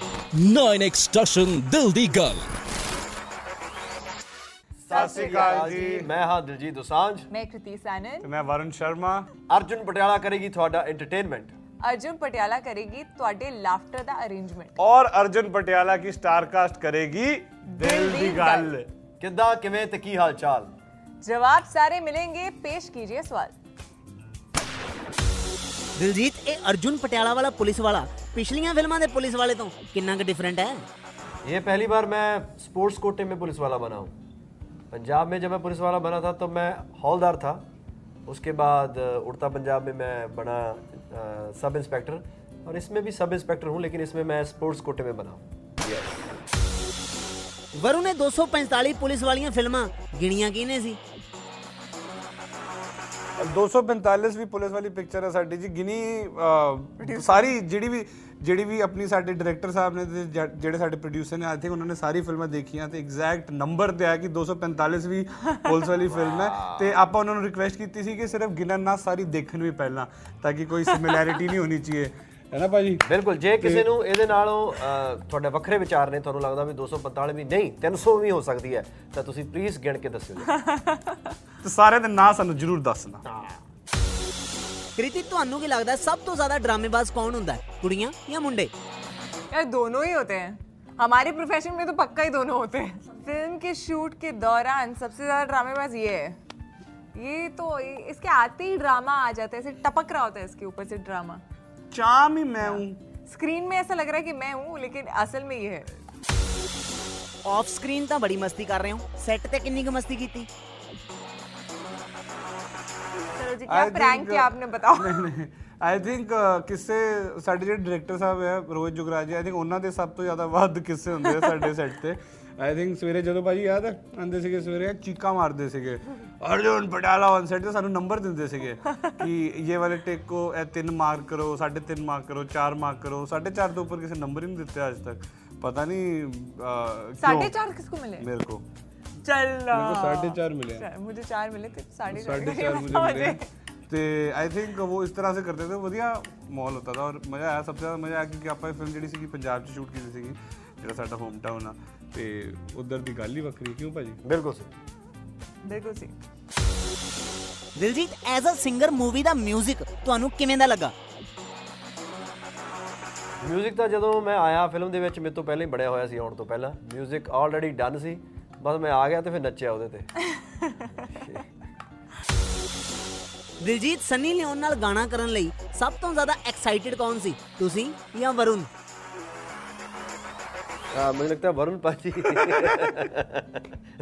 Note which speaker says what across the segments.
Speaker 1: 9x station ਦਿਲ ਦੀ ਗੱਲ
Speaker 2: ਸਤਿ ਸ੍ਰੀ ਅਕਾਲ ਜੀ
Speaker 3: ਮੈਂ ਹਾਂ ਦਿਲਜੀਤ ਦੋਸਾਂਝ
Speaker 4: ਮੈਂ ਕ੍ਰਿਤੀ ਸੈਨਨ
Speaker 2: ਤੇ ਮੈਂ ਵਰਨ ਸ਼ਰਮਾ
Speaker 3: ਅਰਜੁਨ ਪਟਿਆਲਾ ਕਰੇਗੀ ਤੁਹਾਡਾ ਐਂਟਰਟੇਨਮੈਂਟ
Speaker 4: ਅਰਜੁਨ ਪਟਿਆਲਾ ਕਰੇਗੀ ਤੁਹਾਡੇ ਲਾਫਟਰ ਦਾ ਅਰੇਂਜਮੈਂਟ
Speaker 2: और अर्जुन पटियाला की स्टार कास्ट करेगी दिल दी गल
Speaker 3: ਕਿੱਦਾਂ ਕਿਵੇਂ ਤੇ ਕੀ ਹਾਲ ਚਾਲ
Speaker 4: ਜਵਾਬ ਸਾਰੇ ਮਿਲेंगे ਪੇਸ਼ कीजिए ਸਵਾਲ
Speaker 5: ਦਿਲਜੀਤ ਇਹ ਅਰਜੁਨ ਪਟਿਆਲਾ ਵਾਲਾ ਪੁਲਿਸ ਵਾਲਾ ਪਿਛਲੀਆਂ ਫਿਲਮਾਂ ਦੇ ਪੁਲਿਸ ਵਾਲੇ ਤੋਂ ਕਿੰਨਾ ਕੁ ਡਿਫਰੈਂਟ ਹੈ
Speaker 3: ये पहली बार मैं स्पोर्ट्स कोटे में पुलिस वाला बना हूँ पंजाब में जब मैं पुलिस वाला बना था तो मैं हौलदार था उसके बाद अ, उड़ता पंजाब में मैं बना अ, सब इंस्पेक्टर और इसमें भी सब इंस्पेक्टर हूँ लेकिन इसमें मैं स्पोर्ट्स कोटे में बना हूँ
Speaker 5: ਵਰੁਣ ਨੇ 245 ਪੁਲਿਸ ਵਾਲੀਆਂ ਫਿਲਮਾਂ ਗਿਣੀਆਂ ਕਿਹਨੇ ਸੀ
Speaker 6: 245 ਵੀ ਪੁਲਿਸ ਵਾਲੀ ਪਿਕਚਰ ਹੈ ਸਾਡੀ ਜੀ ਗਿਨੀ ਅਹ, ਸਾਰੀ ਜਿਹੜੀ ਵੀ ਜਿਹੜੀ ਵੀ ਆਪਣੀ ਸਾਡੇ ਡਾਇਰੈਕਟਰ ਸਾਹਿਬ ਨੇ ਤੇ ਜ- ਜਿਹੜੇ ਸਾਡੇ ਪ੍ਰੋਡਿਊਸਰ ਨੇ ਆਈ ਥਿੰਕ ਉਹਨਾਂ ਨੇ ਸਾਰੀ ਫਿਲਮਾਂ ਦੇਖੀਆਂ ਤੇ ਐਗਜ਼ੈਕਟ ਨੰਬਰ ਤੇ ਆ ਕਿ 245 ਵੀ ਪੁਲਿਸ ਵਾਲੀ ਫਿਲਮ ਹੈ ਤੇ ਆਪਾਂ ਉਹਨਾਂ ਨੂੰ ਰਿਕੁਐਸਟ ਕੀਤੀ ਸੀ ਕਿ ਸਿਰਫ ਗਿਣਨ ਨਾ ਸਾਰੀ ਦੇਖਣ ਵੀ ਪਹਿਲਾਂ ਤਾਂ ਕਿ ਕੋਈ ਸਿਮਿਲੈਰਿਟੀ ਨਹੀਂ ਹੋਣੀ ਚਾਹੀਏ ਹੈ ਨਾ ਭਾਜੀ
Speaker 3: ਬਿਲਕੁਲ ਜੇ ਕਿਸੇ ਨੂੰ ਇਹਦੇ ਨਾਲੋਂ ਅ, ਤੁਹਾਡੇ ਵੱਖਰੇ ਵਿਚਾਰ ਨੇ ਤੁਹਾਨੂੰ ਲੱਗਦਾ ਵੀ 245 ਵੀ ਨਹੀਂ 300 ਵੀ ਹੋ ਸਕਦੀ ਹੈ ਤਾਂ ਤੁਸੀਂ ਪਲੀਜ਼ ਗਿਣ ਕੇ ਦੱਸਿਓ ਜੀ।
Speaker 6: ਤੇ ਸਾਰਿਆਂ ਦੇ ਨਾਂ ਸਾਨੂੰ ਜਰੂਰ ਦੱਸਣਾ
Speaker 2: हाँ।
Speaker 5: ਕ੍ਰਿਤੀ ਤੁਹਾਨੂੰ ਕੀ ਲੱਗਦਾ ਹੈ ਸਭ ਤੋਂ ਜ਼ਿਆਦਾ ਡਰਾਮੇਬਾਜ਼ ਕੌਣ ਹੁੰਦਾ ਹੈ ਕੁੜੀਆਂ ਜਾਂ ਮੁੰਡੇ
Speaker 4: यार दोनों ही होते हैं हमारे प्रोफेशन में तो पक्का ही दोनों होते हैं फिल्म के शूट के दौरान सबसे ज्यादा ड्रामेबाज ये है ये तो इसके आते ही ड्रामा आ जाता है ऐसे टपक रहा होता है इसके ऊपर से ड्रामा
Speaker 6: ਚਾਮ ਹੀ ਮੈਂ ਹੂੰ
Speaker 4: स्क्रीन में ऐसा लग रहा है कि मैं हूँ लेकिन असल में ये है
Speaker 5: ਆਫ ਸਕਰੀਨ ਤਾਂ ਬੜੀ ਮਸਤੀ ਕਰ ਰਹੇ ਹੋ ਸੈੱਟ ਤੇ ਕਿੰਨੀ ਕੁ ਮਸਤੀ ਕੀਤੀ
Speaker 4: चलो जी क्या
Speaker 6: I
Speaker 4: प्रैंक
Speaker 6: think, uh,
Speaker 4: किया आपने बताओ
Speaker 6: ਨਹੀਂ ਨਹੀਂ ਆਈ ਥਿੰਕ ਕਿਸੇ ਸਾਡੇ ਜਿਹੜੇ ਡਾਇਰੈਕਟਰ ਸਾਹਿਬ ਹੈ ਰੋਹਿਤ ਜੁਗਰਾਜ ਜੀ ਆਈ ਥਿੰਕ ਉਹਨਾਂ ਦੇ ਸਭ ਤੋਂ ਜ਼ਿਆਦਾ ਵੱਧ ਕਿੱਸੇ ਹੁੰਦੇ ਆ ਸਾਡੇ ਸੈੱਟ ਤੇ ਆਈ ਥਿੰਕ ਸਵੇਰੇ ਜਦੋਂ ਭਾਜੀ ਯਾਦ ਹੈ ਆਂਦੇ ਸੀਗੇ ਸਵੇਰੇ ਚੀਕਾਂ ਮਾਰਦੇ ਸੀਗੇ ਅਰਜੁਨ ਪਟਾਲਾ ਔਨ ਸੈੱਟ ਤੇ ਸਾਨੂੰ ਨੰਬਰ ਦਿੰਦੇ ਸੀਗੇ ਕਿ ਇਹ ਵਾਲੇ ਟੇਕ ਕੋ ਇਹ ਤਿੰਨ ਮਾਰਕ ਕਰੋ ਸਾਢੇ ਤਿੰਨ ਮਾਰਕ ਕਰੋ ਚਾਰ ਮਾਰਕ ਕਰੋ ਸਾਢੇ ਚਾਰ ਤੋਂ ਉੱਪਰ ਕਿਸੇ ਨੰਬਰ ਹੀ ਨਹੀਂ ਦਿੱਤੇ ਅੱਜ ਤੱਕ ਪਤਾ ਨਹੀਂ ਅਹ,
Speaker 4: साढ़े
Speaker 6: ਕਿਉਂ
Speaker 4: चार किसको मिले
Speaker 6: ਮੇਰੇ ਕੋ
Speaker 4: चलो
Speaker 6: मेरे को साढ़े चार मिले हैं।
Speaker 4: चार- मुझे चार मिले थे साढ़े चार
Speaker 6: साढ़े
Speaker 4: मिले,
Speaker 6: चार
Speaker 4: बताओ
Speaker 6: बजे मिले
Speaker 4: मुझे।
Speaker 6: ਤੇ ਆਈ ਥਿੰਕ ਉਹ ਇਸ ਤਰ੍ਹਾਂ ਸੇ ਕਰਦੇ ਥੇ ਵਧੀਆ ਮਾਹੌਲ ਹੁੰਦਾ ਤਾਂ ਔਰ ਮਜ਼ਾ ਆਇਆ ਸਭ ਤੋਂ ਜ਼ਿਆਦਾ ਮਜ਼ਾ ਆਇਆ ਕਿਉਂਕਿ ਆਪਾਂ ਇਹ ਫਿਲਮ ਜਿਹੜੀ ਸੀਗੀ ਪੰਜਾਬ 'ਚ ਸ਼ੂਟ ਕੀਤੀ ਸੀਗੀ ਜਿਹੜਾ ਸਾਡਾ ਹੋਮ ਟਾਊਨ ਆ ਤੇ ਉਧਰ ਦੀ ਗੱਲ ਹੀ ਵੱਖਰੀ ਕਿਉਂ ਭਾਜੀ
Speaker 3: ਬਿਲਕੁਲ ਸਹੀ
Speaker 4: बिल्कुल सही
Speaker 5: Diljit as a singer movie ਦਾ 뮤직 ਤੁਹਾਨੂੰ ਕਿਵੇਂ ਦਾ ਲੱਗਾ
Speaker 3: ਮਿਊਜ਼ਿਕ ਤਾਂ ਜਦੋਂ ਮੈਂ ਆਇਆ ਫਿਲਮ ਦੇ ਵਿੱਚ ਮੇਰੇ ਤੋਂ ਪਹਿਲਾਂ ਹੀ ਬਣਿਆ ਹੋਇਆ ਸੀ ਆਉਣ ਤੋਂ ਪਹਿਲਾਂ ਮਿਊਜ਼ਿਕ ਆਲਰੇਡੀ ਡਨ ਸੀ ਬਸ ਮੈਂ ਆ ਗਿਆ ਤੇ ਫਿਰ ਨੱਚਿਆ ਉਹਦੇ ਤੇ
Speaker 5: ਦਿਲਜੀਤ ਸਨੀ ਲਿਓਨ ਨਾਲ ਗਾਣਾ ਕਰਨ ਲਈ ਸਭ ਤੋਂ ਜ਼ਿਆਦਾ ਐਕਸਾਈਟਿਡ ਕੌਣ ਸੀ ਤੁਸੀਂ ਜਾਂ ਵਰੁਣ
Speaker 3: ਹਾਂ ਮੈਨੂੰ ਲੱਗਦਾ ਵਰੁਣ ਭਾਜੀ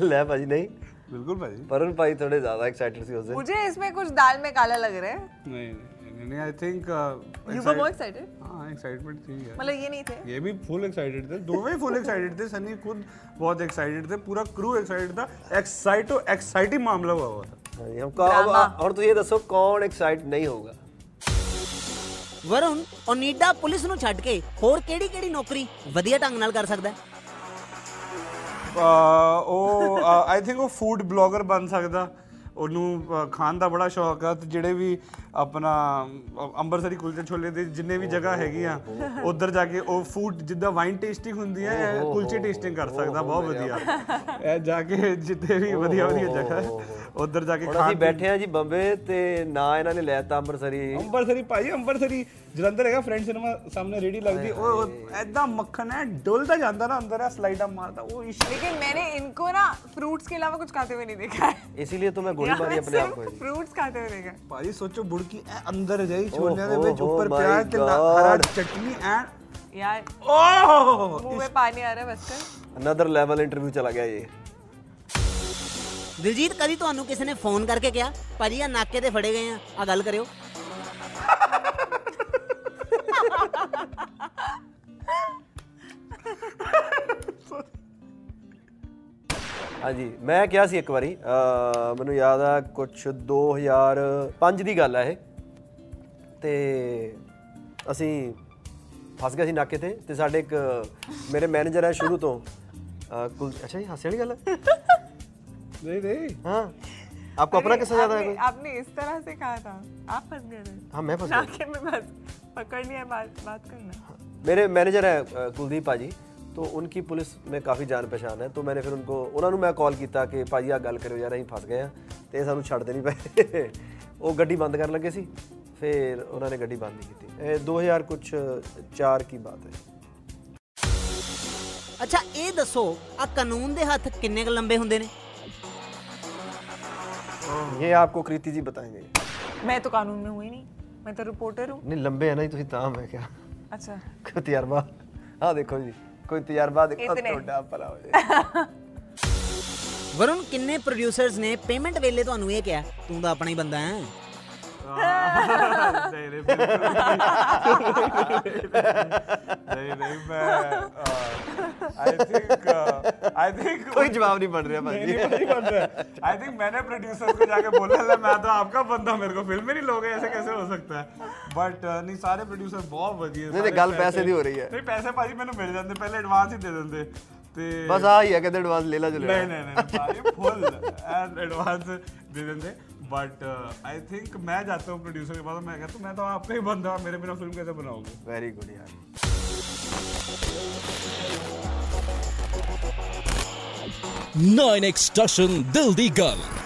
Speaker 3: ਲੈ ਭਾਜੀ ਨਹੀਂ
Speaker 6: ਬਿਲਕੁਲ ਭਾਜੀ
Speaker 3: ਵਰੁਣ ਭਾਈ ਥੋੜੇ ਜ਼ਿਆਦਾ ਐਕਸਾਈਟਡ ਸੀ ਉਸ ਦਿਨ
Speaker 4: मुझे इसमें कुछ दाल में काला लग रहा है
Speaker 6: ਨਹੀਂ ਨਹੀਂ ਨਹੀਂ I think
Speaker 4: you were more excited
Speaker 6: ਹਾਂ ਐਕਸਾਈਟਮੈਂਟ ਸੀ ਯਾਰ
Speaker 4: मतलब ये नहीं थे
Speaker 6: ये भी फुल एक्साइटेड थे दोनों ही फुल एक्साइटेड थे सनी खुद बहुत एक्साइटेड थे पूरा क्रू एक्साइटेड था एक्साइटो एक्साइटिंग मामला हुआ हुआ था
Speaker 3: ਹਾਂਜੀ, ਹਮ ਕਾ- ਅਬ-
Speaker 4: Drama।
Speaker 3: ਹੁਣ ਤੁਸੀਂ ਇਹ ਦੱਸੋ ਕੌਣ ਐਕਸਾਈਟ ਨਹੀਂ ਹੋਊਗਾ
Speaker 5: ਵਰੁਣ ਓਨੀਡਾ ਪੁਲਿਸ ਨੂੰ ਛੱਡ ਕੇ ਹੋਰ ਕਿਹੜੀ ਕਿਹੜੀ ਨੌਕਰੀ ਵਧੀਆ ਢੰਗ ਨਾਲ ਕਰ ਸਕਦਾ ਹੈ
Speaker 6: ਅਹ ਉਹ ਆਈ ਥਿੰਕ ਉਹ ਫੂਡ ਬਲੌਗਰ ਬਣ ਸਕਦਾ ਉਹਨੂੰ ਅਹ, ਖਾਣ ਦਾ ਬੜਾ ਸ਼ੌਕ ਆ ਤੇ ਜਿਹੜੇ ਵੀ ਆਪਣਾ ਅਹ, ਅੰਮ੍ਰਿਤਸਰੀ ਕੁਲਚੇ ਛੋਲੇ ਦੇ ਜਿੰਨੇ ਵੀ ਜਗ੍ਹਾ ਹੈਗੀ ਆ ਉਧਰ ਜਾ ਕੇ ਉਹ ਫੂਡ ਜਿੱਦਾਂ ਵਾਈਨ ਟੇਸਟਿੰਗ ਹੁੰਦੀ ਆ ਇਹ ਕੁਲਚੇ ਟੇਸਟਿੰਗ ਕਰ ਸਕਦਾ ਬਹੁਤ ਵਧੀਆ ਇਹ ਜਾ ਕੇ ਜਿੱਥੇ ਵੀ ਵਧੀਆ ਵਧੀਆ ਜਗ੍ਹਾ ਉਧਰ ਜਾ ਕੇ
Speaker 3: ਹੁਣ
Speaker 6: ਖਾਣ
Speaker 3: ਅਸੀਂ ਬੈਠੇ ਆ ਜੀ ਬੰਬੇ ਤੇ ਨਾ ਇਹਨਾਂ ਨੇ ਲੈਤਾ ਅੰਮ੍ਰਿਤਸਰੀ
Speaker 6: ਅੰਮ੍ਰਿਤਸਰੀ ਭਾਈ ਅੰਮ੍ਰਿਤਸਰੀ ਜਲੰਧਰ ਹੈਗਾ ਫਰੈਂਡ ਸਿਨੇਮਾ ਸਾਹਮਣੇ ਰੇੜੀ ਲੱਗਦੀ ਉਹ ਐਦਾਂ ਮੱਖਣ ਹੈ ਡੁੱਲਦਾ ਜਾਂਦਾ ਨਾ ਅੰਦਰ ਆ ਸਲਾਈਡਾਂ ਮਾਰਦਾ ਉਹ ਇਸ਼ਕ
Speaker 4: लेकिन मैंने इनको ना फ्रूट्स के अलावा कुछ खाते हुए नहीं देखा है
Speaker 3: ਇसीलिए तो मैं गोली मारी अपने आप को जी।
Speaker 4: फ्रूट्स खाते हुए देखा है।
Speaker 6: ਭਾਜੀ ਸੋਚੋ ਬੁੜਕੀ ਐ ਅੰਦਰ ਜਾਈ ਛੋਲਿਆਂ ਦੇ
Speaker 3: ਓਹ
Speaker 6: ਵਿੱਚ
Speaker 3: ਹੋ
Speaker 6: ਉੱਪਰ
Speaker 3: my
Speaker 6: ਪਿਆਜ਼ ਤੇ ਨਾ-
Speaker 3: God।
Speaker 6: ਹਰਾ ਚਟਨੀ ਐਂਡ
Speaker 4: यार
Speaker 6: ਓਹ
Speaker 4: मुंह में पानी आ रहा है बस कर
Speaker 3: another level interview ਚਲਾ ਗਿਆ ਇਹ
Speaker 5: ਦਿਲਜੀਤ ਕਦੀ ਤੁਹਾਨੂੰ ਕਿਸੇ ਨੇ ਫੋਨ ਕਰਕੇ ਕਿਹਾ ਭਾਜੀ ਆ ਨਾਕੇ ਤੇ ਫੜੇ ਗਏ ਆ ਆ ਗੱਲ ਕਰਿਓ
Speaker 3: ਹਾਂਜੀ ਮੈਂ ਕਿਹਾ ਸੀ ਇੱਕ ਵਾਰੀ ਅਹ ਮੈਨੂੰ ਯਾਦ ਆ ਕੁਝ 2005 ਦੀ ਗੱਲ ਆ ਇਹ ਤੇ ਅਸੀਂ ਫਸ ਗਏ ਸੀ ਨਾਕੇ ਤੇ ਤੇ ਸਾਡੇ ਇੱਕ ਮੇਰੇ ਮੈਨੇਜਰ ਆ ਸ਼ੁਰੂ ਤੋਂ ਅਹ ਕੁਲ ਅੱਛਾ ਇਹ ਹਾਸੇ ਵਾਲੀ ਗੱਲ ਹੈ
Speaker 6: ਨਹੀਂ ਨਹੀਂ
Speaker 3: ਹਾਂ ਆਪਕੋ ਆਪਣਾ
Speaker 4: अरे,
Speaker 3: ਕਿੱਸਾ ਯਾਦ ਆਇਆ
Speaker 4: आपने-
Speaker 3: ਕੋਈ
Speaker 4: आपने इस तरह से कहा था आप फंस गए थे
Speaker 3: ਹਾਂ ਮੈਂ ਫਸ ਗਿਆ
Speaker 4: नाके में बस पकड़ लिया बात बात करना
Speaker 3: मेरे मैनेजर हैं अ, कुलदीप पाजी तो उनकी पुलिस में काफ़ी जान पहचान है तो मैंने फिर उनको ਉਹਨਾਂ ਨੂੰ ਮੈਂ ਕਾਲ ਕੀਤਾ ਕਿ ਭਾਜੀ ਆਹ ਗੱਲ ਕਰਿਓ ਯਾਰ ਅਸੀਂ ਫਸ ਗਏ ਆ ਤੇ ਸਾਨੂੰ ਛੱਡ ਦੇਣੀ ਪਏ ਉਹ ਗੱਡੀ ਬੰਦ ਕਰਨ ਲੱਗੇ ਸੀ ਫਿਰ ਉਹਨਾਂ ਨੇ ਗੱਡੀ ਬੰਦ ਨਹੀਂ ਕੀਤੀ ਇਹ 2000 ਕੁਛ 4 ਕੀ ਬਾਤ ਹੈ
Speaker 5: ਅੱਛਾ ਇਹ ਦੱਸੋ ਆ ਕਾਨੂੰਨ ਦੇ ਹੱਥ ਕਿੰਨੇ ਕੁ ਲੰਬੇ ਹੁੰਦੇ ਨੇ
Speaker 3: ਇਹ ਆਪਕੋ ਕ੍ਰੀਤੀ ਜੀ ਬਤਾएंगे
Speaker 4: मैं तो कानून में हूँ ही नहीं मैं तो रिपोर्टर हूँ
Speaker 3: ਨਹੀਂ ਲੰਬੇ ਹੈ
Speaker 6: तो
Speaker 3: ਨਾ ਜੀ ਤੁਸੀਂ ਤਾਂ ਮੈਂ ਕਿਹਾ
Speaker 4: अच्छा
Speaker 3: ਕੋਈ ਤਜਰਬਾ ਆ ਦੇਖੋ ਜੀ ਕੋਈ ਤਜਰਬਾ ਦੇਖੋ
Speaker 4: इतने।
Speaker 3: ਤੁਹਾਡਾ ਭਲਾ ਹੋ ਜਾਏ
Speaker 5: ਵਰੁਣ ਕਿੰਨੇ ਪ੍ਰੋਡਿਊਸਰਸ ਨੇ ਪੇਮੈਂਟ ਵੇਲੇ ਤੁਹਾਨੂੰ ਇਹ ਕਿਹਾ ਤੂੰ ਤਾਂ ਆਪਣਾ ਹੀ ਬੰਦਾ ਹੈ
Speaker 6: ਨਹੀਂ ਰੇ ਬਿਲਕੁਲ ਨਹੀਂ। ਨਹੀਂ ਨਹੀਂ ਮੈਂ ਆਈ ਥਿੰਕ ਆਈ ਥਿੰਕ
Speaker 3: ਕੋਈ ਜਵਾਬ ਨਹੀਂ ਬਣ ਰਿਹਾ ਭਾਜੀ
Speaker 6: नहीं बन रहा है आई थिंक मैंने प्रोड्यूसर को जाके बोला "ले, मैं तो आपका बंदा मेरे को फिल्म में नहीं लोगे ऐसे कैसे हो सकता है बट नहीं सारे प्रोड्यूसर बहुत वधिया
Speaker 3: नहीं,
Speaker 6: सारे
Speaker 3: गल पैसे दी हो रही है।
Speaker 6: नहीं पैसे भाजी मैंने मिल जाते पहले एडवांस ही दे देते ते
Speaker 3: ਬਸ ਆ ਹੀ ਹੈ ਕਹਿੰਦੇ ਐਡਵਾਂਸ ਲੈ ਲਾ ਜੋ ਲੈਣਾ।
Speaker 6: नहीं नहीं नहीं भाई फुल एंड एडवांस दे देते बट आई थिंक मैं जाता हूँ प्रोड्यूसर के पास और मैं कहता हूँ मैं तो आपका ही बंदा हूँ, मेरे बिना फिल्म कैसे बनाओगे
Speaker 3: ਵੈਰੀ ਗੁੱਡ ਯਾਰ
Speaker 1: Nine Extortion Dildi Gal.